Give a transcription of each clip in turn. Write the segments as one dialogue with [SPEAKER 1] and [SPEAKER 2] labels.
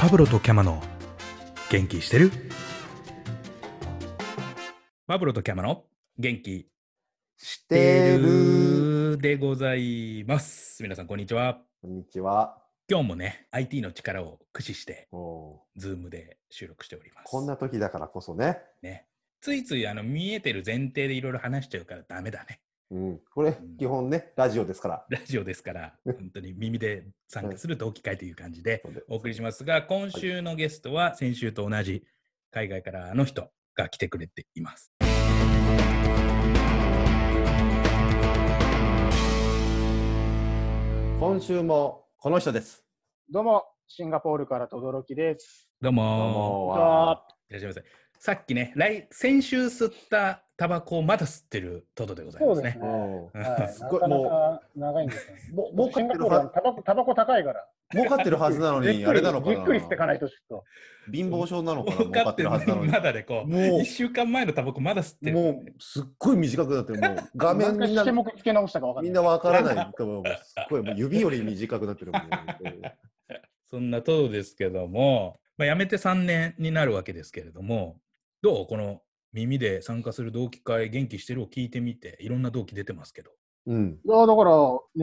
[SPEAKER 1] パブロとキャマの元気してるパブロとキャマの元気
[SPEAKER 2] し
[SPEAKER 1] して
[SPEAKER 2] てる。
[SPEAKER 1] るでございます皆さんこんにちは
[SPEAKER 2] こんにちは。
[SPEAKER 1] 今日もね IT の力を駆使して
[SPEAKER 2] おー
[SPEAKER 1] ズームで収録しております
[SPEAKER 2] こんな時だからこそね。
[SPEAKER 1] ねついついあの見えてる前提でいろいろ話しちゃうからダメだね
[SPEAKER 2] うん、これ、
[SPEAKER 1] ん
[SPEAKER 2] 基本ね、ラジオですから。
[SPEAKER 1] ラジオですから、本当に耳で参加する同期会という感じで
[SPEAKER 2] そうで
[SPEAKER 1] お送りしますが、今週のゲストは先週と同じ海外からあの人が来てくれています。
[SPEAKER 2] 今週もこの人です。
[SPEAKER 3] どうも、シンガポールから 轟です。
[SPEAKER 1] どう
[SPEAKER 2] どう
[SPEAKER 1] も
[SPEAKER 2] も
[SPEAKER 3] こんにちは
[SPEAKER 1] ーいらっしゃいませ。さっきね、来先週吸ったタバコをまだ吸ってるトドでございますね。
[SPEAKER 3] そう
[SPEAKER 2] おー
[SPEAKER 3] はい、
[SPEAKER 2] す
[SPEAKER 3] な
[SPEAKER 2] ごい
[SPEAKER 3] かなか長いんですよ、ね。
[SPEAKER 2] も儲か
[SPEAKER 3] シ
[SPEAKER 2] っ
[SPEAKER 3] ン
[SPEAKER 2] てる
[SPEAKER 3] ガポール
[SPEAKER 2] は
[SPEAKER 3] はタバコタバコ高いから。
[SPEAKER 2] 儲かってるはずなの
[SPEAKER 3] じっ
[SPEAKER 2] に、
[SPEAKER 3] く
[SPEAKER 2] あ
[SPEAKER 3] り
[SPEAKER 2] れなのか
[SPEAKER 3] じっくりしてか
[SPEAKER 2] な
[SPEAKER 3] ないとちょっ
[SPEAKER 2] 貧乏症なのかな
[SPEAKER 1] 分
[SPEAKER 2] 儲か
[SPEAKER 1] か
[SPEAKER 2] っ
[SPEAKER 1] ってて
[SPEAKER 2] る
[SPEAKER 1] る
[SPEAKER 2] はずなのに。
[SPEAKER 1] まだでこう、
[SPEAKER 2] も
[SPEAKER 1] 1週間前のタバコまだ吸って
[SPEAKER 2] う、
[SPEAKER 1] る。
[SPEAKER 2] もう、すっごい短くなってる。もう、画
[SPEAKER 3] と。
[SPEAKER 2] 面みんな
[SPEAKER 3] 何回、目つけ直したかわかん
[SPEAKER 2] みん
[SPEAKER 3] ない。
[SPEAKER 2] なわからないと思う。もうすっごい、もう指より短くなってるもんね。
[SPEAKER 1] そんなトドですけども、まあ、辞めて3年になるわけですけれども、どうこの耳で参加する同期会、元気してるを聞いてみて、いろんな同期出てますけど。
[SPEAKER 2] うん。
[SPEAKER 3] いやだから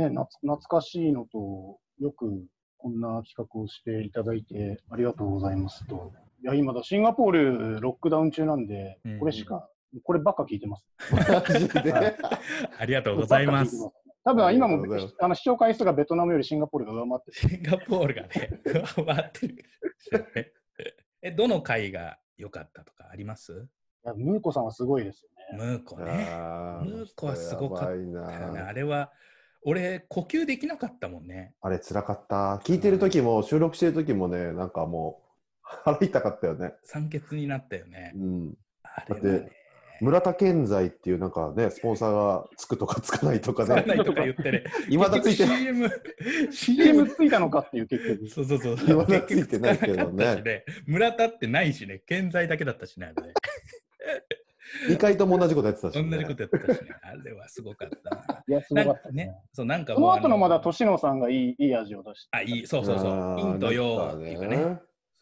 [SPEAKER 3] ね、なつ懐かしいのと、よくこんな企画をしていただいてありがとうございますと。いや、今だシンガポールロックダウン中なんで
[SPEAKER 1] うん、
[SPEAKER 3] これしか、こればっか聞いてます。
[SPEAKER 2] マジで。
[SPEAKER 1] ありがとうございま
[SPEAKER 3] これば
[SPEAKER 1] す
[SPEAKER 3] っ。か聞いてます。多分今
[SPEAKER 2] ありがとうございま
[SPEAKER 3] も
[SPEAKER 2] す
[SPEAKER 3] あの視聴回数がベトナムよりシンガポールが上回ってる。
[SPEAKER 1] シンガポールがね、 上回ってる。え、どの会が良かったとかあります
[SPEAKER 3] いやムーコさんはすごいですよね。
[SPEAKER 1] ムーコね。
[SPEAKER 2] あ
[SPEAKER 1] ムーコはすごかった
[SPEAKER 2] やばいな
[SPEAKER 1] あれは、俺、呼吸できなかったもんね。
[SPEAKER 2] あれ、辛かった。聞いてる時も、収録してる時もね、なんかもう、 腹痛かったよね。
[SPEAKER 1] 酸欠になったよね
[SPEAKER 2] う。ん。
[SPEAKER 1] あれはね
[SPEAKER 2] だっ村田健在っていう、なんかね、スポンサーがつくとかつかないとか
[SPEAKER 1] つか
[SPEAKER 2] ね、
[SPEAKER 1] ないとか言ってね。
[SPEAKER 2] い まだつ いてない。
[SPEAKER 1] CM、
[SPEAKER 3] CM
[SPEAKER 1] CM
[SPEAKER 3] ついたのかっていう結 局。
[SPEAKER 1] そうそうそう。
[SPEAKER 2] 言わなついてないけど
[SPEAKER 1] 結局
[SPEAKER 2] ね
[SPEAKER 1] 使わなかったしね。村田ってないしね、健在だけだったしね、あれね。
[SPEAKER 2] 2回とも同じことやってたし、
[SPEAKER 1] 同
[SPEAKER 2] ね。
[SPEAKER 1] じことやってたしね。あれはすごかったな。
[SPEAKER 3] いや、すご
[SPEAKER 1] な
[SPEAKER 3] か
[SPEAKER 1] ん
[SPEAKER 3] っ
[SPEAKER 1] か
[SPEAKER 3] たです
[SPEAKER 1] ね
[SPEAKER 3] ね。、
[SPEAKER 1] そう、なんか
[SPEAKER 3] そ
[SPEAKER 1] もう
[SPEAKER 3] の
[SPEAKER 1] あ
[SPEAKER 3] 後のまだ年野さんがいいいい味を出して。
[SPEAKER 1] あ、いい、そうそうそ
[SPEAKER 2] あ
[SPEAKER 1] う。
[SPEAKER 2] ー
[SPEAKER 1] 陰と陽っていうかね。。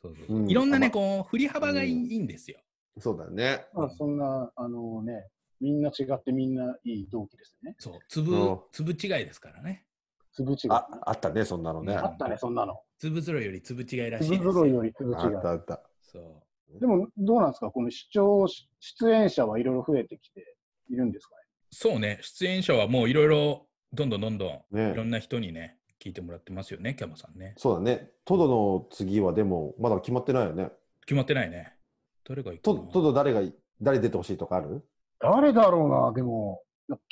[SPEAKER 1] そうそうそう
[SPEAKER 2] うん
[SPEAKER 1] いろんな
[SPEAKER 2] あ
[SPEAKER 1] ね、
[SPEAKER 2] ま
[SPEAKER 1] こう、振り幅がいい,、
[SPEAKER 2] うん
[SPEAKER 1] いいんですよ。
[SPEAKER 2] そうだね。
[SPEAKER 3] まあ、そんな、あのね、みんな違ってみんないい同期ですね。
[SPEAKER 1] そう、粒
[SPEAKER 2] うん、
[SPEAKER 1] 粒違いですからね。
[SPEAKER 3] 粒違い。
[SPEAKER 2] あ
[SPEAKER 3] あ、
[SPEAKER 2] あったね、そんなのね。
[SPEAKER 1] あ
[SPEAKER 2] あ
[SPEAKER 3] ったね、そんなの。
[SPEAKER 1] 粒ぞろいより粒違いらしいで
[SPEAKER 3] 粒
[SPEAKER 1] す
[SPEAKER 3] 揃いより粒違い。
[SPEAKER 2] ったあった。
[SPEAKER 1] そ
[SPEAKER 3] でも、どうなんですかこの視聴、出演者はいろいろ増えてきているんですか
[SPEAKER 1] う。そうね、出演者はもういろいろ、どんどんどんどん、
[SPEAKER 2] ね
[SPEAKER 1] いろんな人にね、聞いてもらってますよね、キャマさんね。
[SPEAKER 2] そうだね。トドの次はでも、まだ決まってないよね。
[SPEAKER 1] 決まってないね。誰が行く
[SPEAKER 2] ト
[SPEAKER 1] か
[SPEAKER 2] ド
[SPEAKER 1] な
[SPEAKER 2] トド誰が、誰出てほしいとかある
[SPEAKER 3] ね誰だろうな、でも、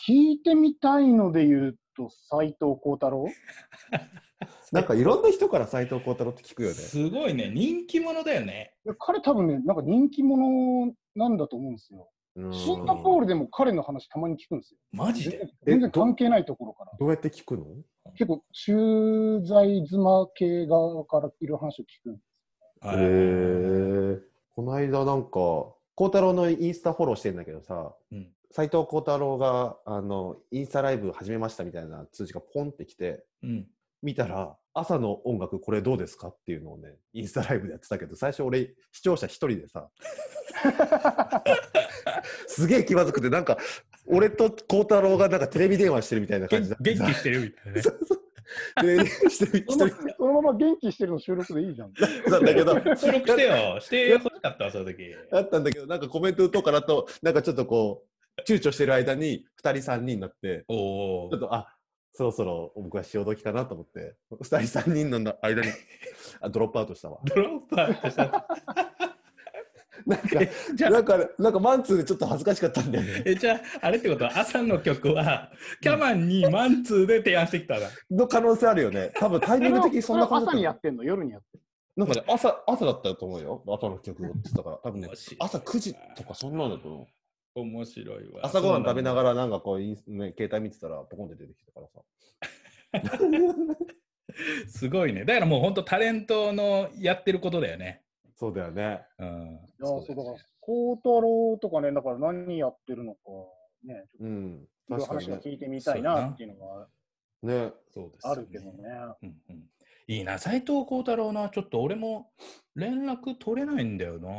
[SPEAKER 3] 聞いてみたいので言うと、斎藤幸太郎
[SPEAKER 2] なんかいろんな人から斎藤幸太郎って聞くよね。
[SPEAKER 1] すごいね、人気者だよね。
[SPEAKER 3] いや彼多分ね、なんか人気者なんだと思うんですよ。シンガポー
[SPEAKER 2] ル
[SPEAKER 3] ルでも彼の話たまに聞くんですよ。
[SPEAKER 1] マジで。
[SPEAKER 3] 全
[SPEAKER 2] え
[SPEAKER 3] 然
[SPEAKER 2] ど
[SPEAKER 3] 関係ないところから。
[SPEAKER 2] どうやって聞くの
[SPEAKER 3] 結構、駐在妻系側からいる話を聞く。
[SPEAKER 2] へえ。この間なんか、孝太郎のインスタフォローしてんだけどさ、
[SPEAKER 1] うん
[SPEAKER 2] 斎藤孝太郎があのインスタライブ始めましたみたいな通知がポンってきて、
[SPEAKER 1] うん。
[SPEAKER 2] 見たら、朝の音楽これどうですかっていうのをね、インスタライブでやってたけど、最初俺、視聴者一人 でさ、すげえ気まずくて、なんか、俺と孝太郎がなんかテレビ電話してるみたいな
[SPEAKER 1] げ
[SPEAKER 2] 感
[SPEAKER 1] ん
[SPEAKER 2] じだ
[SPEAKER 1] 元気してるみ たいなね。
[SPEAKER 2] でしてる
[SPEAKER 3] そ
[SPEAKER 2] 一
[SPEAKER 3] の
[SPEAKER 2] 人
[SPEAKER 3] そのまま元気してるの収録でいいじゃん。
[SPEAKER 2] なんだけど、
[SPEAKER 1] 収録してよ。して欲しかったわ、その時。
[SPEAKER 2] あったんだけど、なんかコメント打とうかなと、なんかちょっとこう、躊躇してる間に、2人、3人になって、
[SPEAKER 1] おお
[SPEAKER 2] ちょっ。と、あそろそろ僕は潮時かなと思って、2人、3人の間に、あドロップアウトしたわ。
[SPEAKER 1] ドロップアウトした。
[SPEAKER 2] なんか、
[SPEAKER 1] えじゃあ
[SPEAKER 2] なんか、なんかマンツーでちょっと恥ずかしかったんだよね。
[SPEAKER 1] えじゃあ、あれってことは、朝の曲は、キャマンにマンツーで提案してきたら。
[SPEAKER 2] の可能性あるよね。多分タイミング的にそんな感じだっ
[SPEAKER 3] 朝
[SPEAKER 2] た
[SPEAKER 3] にやってんの夜にやってん
[SPEAKER 2] なんかね、朝、朝だったと思うよ。朝の曲をって言ったから。多分ね
[SPEAKER 1] 面、白い
[SPEAKER 2] 朝9時とかそんなんだと思う。
[SPEAKER 1] 面白いわ。
[SPEAKER 2] 朝ごはん食べな
[SPEAKER 1] ら。
[SPEAKER 2] がら、なんかこう、インスね、携帯見てたら、ポコンって出てきたからさ。
[SPEAKER 1] すごいね。だからもう本当タレントのやってることだよね。
[SPEAKER 2] そうだよね。
[SPEAKER 1] うん。
[SPEAKER 3] の。いや、
[SPEAKER 1] そ
[SPEAKER 3] そうう
[SPEAKER 1] だ
[SPEAKER 3] だ
[SPEAKER 1] よね
[SPEAKER 3] から、孝太郎とかね、だから何やってるのか、ね、ちょ
[SPEAKER 2] うん。
[SPEAKER 3] っと
[SPEAKER 2] 確か
[SPEAKER 3] 話
[SPEAKER 2] に
[SPEAKER 3] を
[SPEAKER 2] ね。
[SPEAKER 3] 聞いてみたいなっていうのが
[SPEAKER 2] ね。
[SPEAKER 1] そうですよ
[SPEAKER 3] あ
[SPEAKER 1] ね
[SPEAKER 3] るけどね。
[SPEAKER 1] うんうんいいな、斎藤幸太郎な、ちょっと俺も連絡取れないんだよな。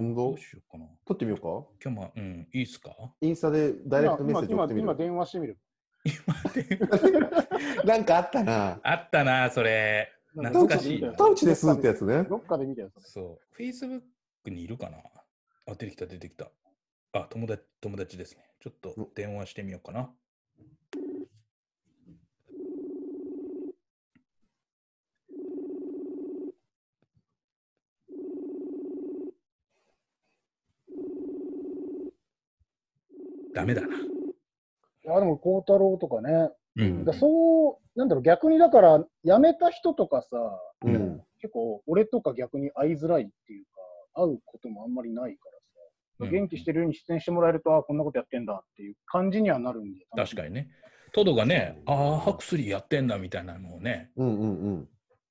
[SPEAKER 2] んと
[SPEAKER 1] どうしようかな。
[SPEAKER 2] 撮ってみよう
[SPEAKER 1] 今日まあ、うん、いいっすか
[SPEAKER 2] かインスタでダイレクトメッセージ送
[SPEAKER 3] 今
[SPEAKER 2] ってみ
[SPEAKER 3] 今
[SPEAKER 2] る
[SPEAKER 3] 今電話してみる。
[SPEAKER 2] なんかあったな。
[SPEAKER 1] あったな、それ。懐
[SPEAKER 2] 当
[SPEAKER 1] かしい
[SPEAKER 2] 時
[SPEAKER 1] な
[SPEAKER 2] 当時ですってやつね。
[SPEAKER 3] どっかで見たやつ。
[SPEAKER 1] そう。Facebook にいるかなあ、出てきた、出てきた。あ、友達、友達ですね。ちょっと電話してみようかな。ダメだな。
[SPEAKER 3] いや、でも、孝太郎とかね、
[SPEAKER 1] うん
[SPEAKER 3] だからそう、なんだろう、逆にだから、辞めた人とかさ、
[SPEAKER 2] うん。
[SPEAKER 3] 結構、俺とか逆に会いづらいっていうか、会うこともあんまりないからさ、元気してるように出演してもらえると、あこんなことやってんだっていう感じにはなるんで、
[SPEAKER 1] 確かにね。トドがね、
[SPEAKER 2] そう
[SPEAKER 1] ああ、ハクスリーやってんだみたいなのをね、
[SPEAKER 2] うんうんうん。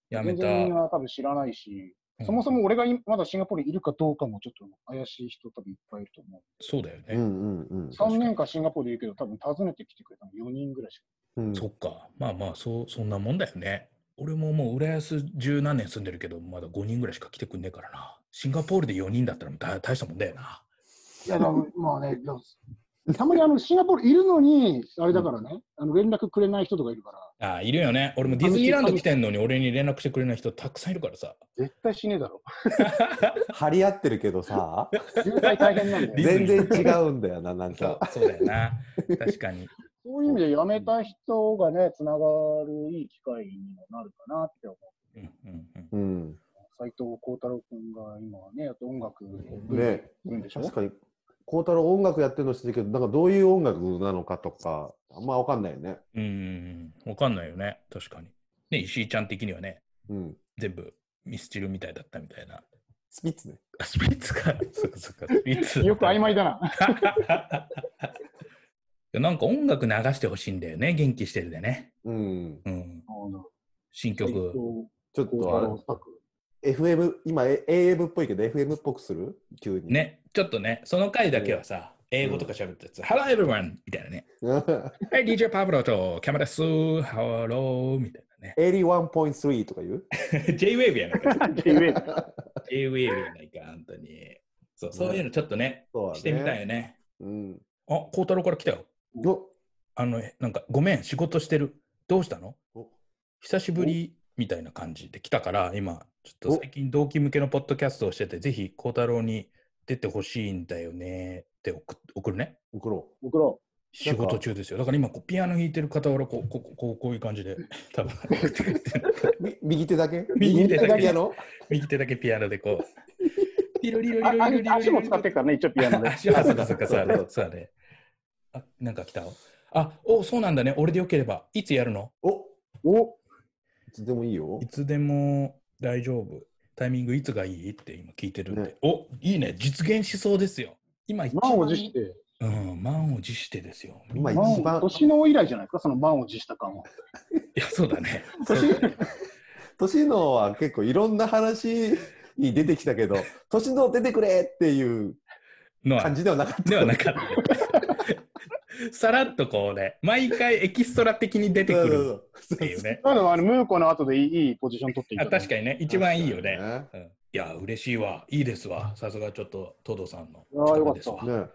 [SPEAKER 1] やめた。
[SPEAKER 3] 全然みんな多分知らないし、そもそ
[SPEAKER 1] うん
[SPEAKER 3] も俺が今まだシンガポールにいるかどうかもちょっと怪しい人多分いっぱいいると思
[SPEAKER 1] そうだよね。
[SPEAKER 2] うんうんうん
[SPEAKER 3] う。
[SPEAKER 1] 確かに
[SPEAKER 3] 3年間シンガポールいるけど、多分訪ねてきてくれたの4人ぐらいしか。
[SPEAKER 2] うん
[SPEAKER 1] そっか。まあまあ、そう、そんなもんだよね。俺ももう浦安十何年住んでるけど、まだ5人ぐらいしか来てくんねえからな。シンガポールで4人だったらもう大大したもんだよな。
[SPEAKER 3] いや、だからまあね、だからたまにあのシンガポールいるのに、あれだからね、あの連絡くれない人とかいるから、
[SPEAKER 1] ああ、いるよね。俺もディズニーランド来てんのに俺に連絡してくれない人たくさんいるからさ。
[SPEAKER 3] 絶対死ねえだろ。
[SPEAKER 2] 張り合ってるけどさ、
[SPEAKER 3] 渋滞大変なんだ
[SPEAKER 1] リ
[SPEAKER 3] よ。
[SPEAKER 1] ズ
[SPEAKER 2] 全
[SPEAKER 1] ム
[SPEAKER 2] 然違うんだよな、なん
[SPEAKER 1] そう
[SPEAKER 2] か。
[SPEAKER 1] そうだよな。 確かに。
[SPEAKER 3] そういう意味で辞めた人がね、つながるいい機会にもなるかなって思
[SPEAKER 1] う
[SPEAKER 3] う。
[SPEAKER 1] んうんうん、
[SPEAKER 2] うん。
[SPEAKER 3] 斎藤幸太郎君が今はね、やっぱ音楽を
[SPEAKER 2] ね
[SPEAKER 3] いるんでしょ
[SPEAKER 2] 確かに、孝太郎音楽やってるの知ってるけど、なんかどういう音楽なのかとか、あんまわかんないよね。
[SPEAKER 1] うんうんうん。わかんないよね。確かに。ね、石井ちゃん的にはね、
[SPEAKER 2] うん。
[SPEAKER 1] 全部ミスチルみたいだったみたいな。
[SPEAKER 2] スピッツね。
[SPEAKER 1] あ、スピッツか。そっかそっか。スピッツ。
[SPEAKER 3] よく曖昧だ な。
[SPEAKER 1] なんか音楽流してほしいんだよね、元気してるでね。
[SPEAKER 2] うん。
[SPEAKER 1] うん、
[SPEAKER 3] あ
[SPEAKER 1] 新
[SPEAKER 3] の
[SPEAKER 1] 曲。
[SPEAKER 2] ちょっ
[SPEAKER 3] 斉藤幸太郎
[SPEAKER 2] と
[SPEAKER 3] 作
[SPEAKER 2] あれ、FM、今、え AM っぽいけど、FM っぽくする急 に。。
[SPEAKER 1] ね、ちょっとね、その回だけはさ、英語とか喋ったやつ、Hello everyone! みたいなね。はい、DJ パブロとキャメラス、Hello! みたいなね。
[SPEAKER 2] 81.3とか言う
[SPEAKER 1] J-Wave やないか。
[SPEAKER 3] J-Wave
[SPEAKER 1] J-Wave やないか、本当に。そう、そういうのちょっとね、
[SPEAKER 2] そうだね
[SPEAKER 1] してみたいよね。
[SPEAKER 2] うん。
[SPEAKER 1] あ、孝太郎から来たよ。
[SPEAKER 2] お
[SPEAKER 1] あの、なんか、ごめん、仕事してる。どうしたの
[SPEAKER 2] お
[SPEAKER 1] 久しぶりみたいな感じで来たから、今、ちょっと最近同期向けのポッドキャストをしてて、ぜひ孝太郎に出てほしいんだよねって送送るね。
[SPEAKER 2] 送ろ
[SPEAKER 3] 僕ら、
[SPEAKER 1] 仕事中ですよ。だから今こう、ピアノ弾いてる傍らこう、こう、こうこういう感じで、多分
[SPEAKER 2] う。み右手だけ
[SPEAKER 1] 右手だけ
[SPEAKER 2] やろ
[SPEAKER 1] 右手だけピアノでこう。ピロリロリ
[SPEAKER 3] あ
[SPEAKER 1] ロリロリロリ
[SPEAKER 3] あ足も使ってるからね、一応ピアノで。
[SPEAKER 1] 足はそうかそうかそうだね。そうだね。あ、なんか来たあ、お、そうなんだね。俺でよければ。いつやるの
[SPEAKER 2] お
[SPEAKER 3] お
[SPEAKER 2] いつでもいいよ
[SPEAKER 1] い。つでも大丈夫。タイミングいつがいいって今聞いてるんで。
[SPEAKER 2] ね
[SPEAKER 1] おいいね。実現しそうですよ。今一番
[SPEAKER 3] 満を持して、
[SPEAKER 1] うん、満を持してですよ。
[SPEAKER 2] 今
[SPEAKER 1] い
[SPEAKER 2] 一
[SPEAKER 3] 満
[SPEAKER 2] 番
[SPEAKER 3] を、年の以来じゃないですか、その満を持した感は。
[SPEAKER 1] や、そうだね。
[SPEAKER 2] 年年のは結構いろんな話に出てきたけ ど、年の出てくれっていう
[SPEAKER 1] のは
[SPEAKER 2] 感じではなかった。
[SPEAKER 1] ではなかった。 さらっとこうね、毎回エキストラ的に出てくる
[SPEAKER 2] そう
[SPEAKER 1] って
[SPEAKER 2] そう
[SPEAKER 1] いうね。
[SPEAKER 3] なので、あのムーコの後でいいいいポジション取っていた
[SPEAKER 1] あ
[SPEAKER 3] だい
[SPEAKER 1] 確
[SPEAKER 3] て。
[SPEAKER 1] かにね、一番いいよね。。うんいや、嬉しいわ。いいですわ。さすがちょっと、トドさんの
[SPEAKER 3] あーよかった
[SPEAKER 1] ですわ
[SPEAKER 2] そう。ね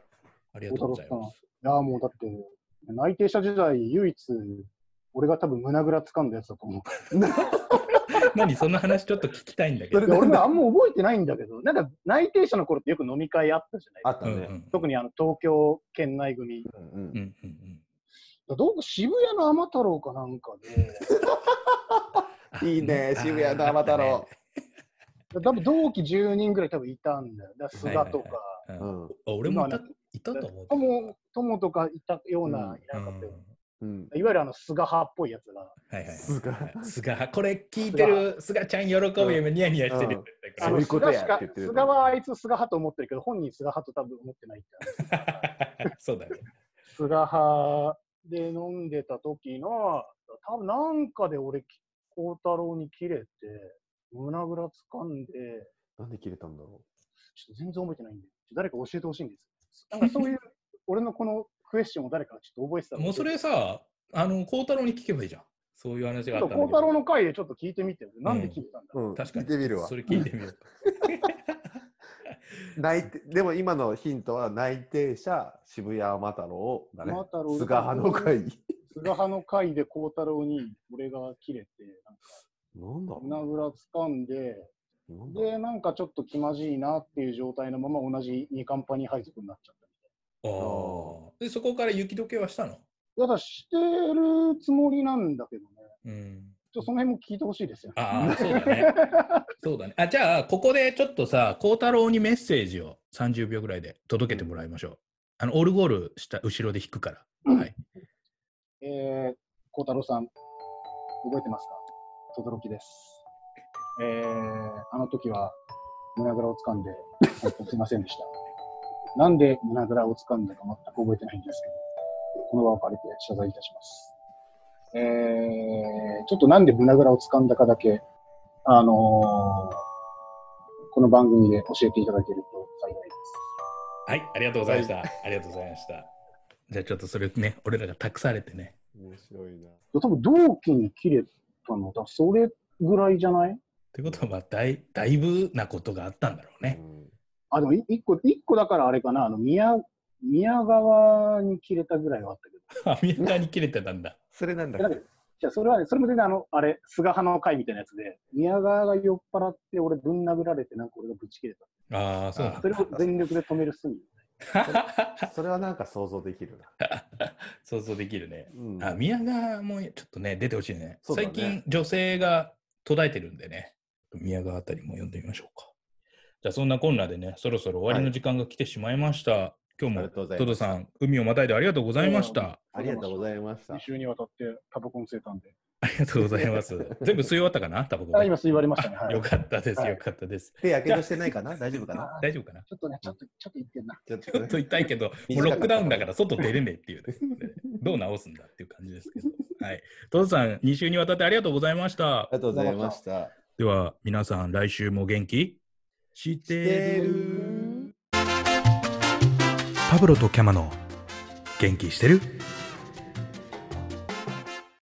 [SPEAKER 1] ありがとうございます。
[SPEAKER 3] いやーもうだって、内定者時代、唯一、俺が多分胸ぐら掴んだやつだと思う。
[SPEAKER 1] 何、その話ちょっと聞きたいんだけ
[SPEAKER 2] そ
[SPEAKER 1] ど
[SPEAKER 2] れ。
[SPEAKER 3] いや俺もあんま覚えてないんだけど、なんか内定者の頃ってよく飲み会あったじゃない
[SPEAKER 2] あ
[SPEAKER 3] ですか。
[SPEAKER 2] った
[SPEAKER 1] うんう
[SPEAKER 2] ね。
[SPEAKER 1] ん
[SPEAKER 3] 特にあの東京県内組。
[SPEAKER 2] うんう
[SPEAKER 1] う
[SPEAKER 2] ん
[SPEAKER 1] んうんうん
[SPEAKER 3] どうも渋谷の天太郎かなんか で、
[SPEAKER 2] いいね、渋谷の天太郎。。
[SPEAKER 3] 多分同期10人ぐらい多分いたんだよ。だから菅とか、
[SPEAKER 1] あったね
[SPEAKER 2] うん
[SPEAKER 1] うんあ俺もいた
[SPEAKER 3] 今
[SPEAKER 1] いたと思うけど。
[SPEAKER 3] 友友とかいたよう
[SPEAKER 2] う
[SPEAKER 3] な、
[SPEAKER 2] ん
[SPEAKER 3] いなかったような。
[SPEAKER 2] うん。
[SPEAKER 3] いわゆるあの菅派っぽいやつが。
[SPEAKER 1] はいはい。
[SPEAKER 2] すが
[SPEAKER 1] はい菅これ聞いてる菅ちゃん喜ぶよ、ニヤニヤしてるよ。
[SPEAKER 2] うん
[SPEAKER 1] だ
[SPEAKER 2] そういうことや
[SPEAKER 3] あの菅
[SPEAKER 2] って言
[SPEAKER 3] し
[SPEAKER 2] っ
[SPEAKER 3] か
[SPEAKER 2] てる
[SPEAKER 3] 菅はあいつ菅派と思ってるけど、本人菅派と多分思ってないって。
[SPEAKER 1] から そうだね。
[SPEAKER 3] 菅派で飲んでた時の、多分なんかで俺、孝太郎に切れて、胸ぐら掴んで、
[SPEAKER 2] なんで切れたんだろ
[SPEAKER 3] ちょっと全然覚えてないんで、誰か教えてほしいんです。なんかそういう、 俺のこのクエスチョンを誰かちょっと覚えてたので
[SPEAKER 1] もうそれさ、あの、孝太郎に聞けばいいじゃん。そういう話
[SPEAKER 3] ちょ
[SPEAKER 1] があ
[SPEAKER 3] っと
[SPEAKER 1] ったんだ
[SPEAKER 3] 孝
[SPEAKER 1] け
[SPEAKER 3] 太郎
[SPEAKER 1] ど。
[SPEAKER 3] の回でちょっと聞いてみてよ。なんで聞いたんだ、
[SPEAKER 2] うん、
[SPEAKER 1] 確かに。
[SPEAKER 2] 聞いてみるわ
[SPEAKER 1] そ。れ聞いてみよう。
[SPEAKER 2] 内定でも今のヒントは内定者渋谷天太郎だね。
[SPEAKER 3] 天太郎
[SPEAKER 2] 菅派の会。
[SPEAKER 3] 菅派の回で孝太郎に俺が切れて、
[SPEAKER 2] なんだろう
[SPEAKER 3] 胸ぐら掴んで、
[SPEAKER 2] なんだろう
[SPEAKER 3] で、なんかちょっと気まじいなっていう状態のまま同じ二冠パに配属になっちゃった。
[SPEAKER 1] ああ。で、そこから雪解けはしたの
[SPEAKER 3] いやだからしてるつもりなんだけどね。
[SPEAKER 1] うん。
[SPEAKER 3] ちょっとその辺も聞いてほしいですよね。
[SPEAKER 1] ああ、そうだね。そうだね。あ、じゃあ、ここでちょっとさ、孝太郎にメッセージを30秒ぐらいで届けてもらいましょう。あの、オルゴールした後ろで弾くから。はい。
[SPEAKER 3] えー、孝太郎さん、覚えてますか轟きです。えー、あの時は胸ぐらを掴んで、本当すいませんでした。 なんで胸ぐらを掴んだか全く覚えてないんですけど、この場を借りて謝罪いたします。えー、ちょっとなんで胸ぐらを掴んだかだけ、あのー、この番組で教えていただけると幸いです。
[SPEAKER 1] はい、ありがとうございました。ありがとうございました。じゃあ、ちょっとそれね、俺らが託されてね。
[SPEAKER 2] 面白いな。
[SPEAKER 3] 多分同期に切れたのだ、それぐらいじゃない
[SPEAKER 1] ということは、まあ、だいだいぶなことがあったんだろうね。
[SPEAKER 3] あ、でもい一個、一個だからあれかな、あの、宮、宮川に切れたぐらいはあったけど。
[SPEAKER 1] あ、みんなに切れてたんだ。
[SPEAKER 2] それなんだ
[SPEAKER 3] えだけどじゃあそれはね、それも全然あの、あれ、菅派の会みたいなやつで、宮川が酔っ払って俺ぶん殴られてなんか俺がぶち切れた。
[SPEAKER 1] ああ、そうなん
[SPEAKER 3] それを全力で止める隅。
[SPEAKER 1] だ。
[SPEAKER 2] それはなんか想像できるな。
[SPEAKER 1] 想像できるね。
[SPEAKER 2] うん
[SPEAKER 1] あ、宮川もちょっとね、出てほしいね。
[SPEAKER 2] そうだね
[SPEAKER 1] 最近、女性が途絶えてるんでね、宮川あたりも読んでみましょうか。じゃあ、そんなこんなでね、そろそろ終わりの時間が来てしまいました。今日も
[SPEAKER 2] ありがとうござい
[SPEAKER 1] ト
[SPEAKER 2] ま
[SPEAKER 1] ド
[SPEAKER 2] した
[SPEAKER 1] さん、海をまたいでありがとうございまし
[SPEAKER 3] い
[SPEAKER 1] た。
[SPEAKER 2] ありがとうございました
[SPEAKER 3] 2。週にわたってタバコも吸えたんで。
[SPEAKER 1] ありがとうございます。 全部吸い終わったかな、タバコ
[SPEAKER 3] あ、今吸い終わりましたね。はい
[SPEAKER 1] よかったです、
[SPEAKER 3] はい
[SPEAKER 1] よかったです。
[SPEAKER 2] 手やけどしてないかな大丈夫かな
[SPEAKER 3] あー
[SPEAKER 1] 大丈夫かな
[SPEAKER 3] ちょっとね、ちょっと、ちょっと言ってんな。
[SPEAKER 2] ちょっ
[SPEAKER 1] ちょっと
[SPEAKER 2] ね
[SPEAKER 1] 痛いけ ど、もうロ
[SPEAKER 2] 短かった
[SPEAKER 1] ックダウンだから外出れねえっていう ね、どう直すんだっていう感じですけど。はい。トドさん、2週にわたってありがとうございました
[SPEAKER 2] あり。がとうございました。
[SPEAKER 1] では、皆さん、来週も元気してる。パブロとキャマの元気してる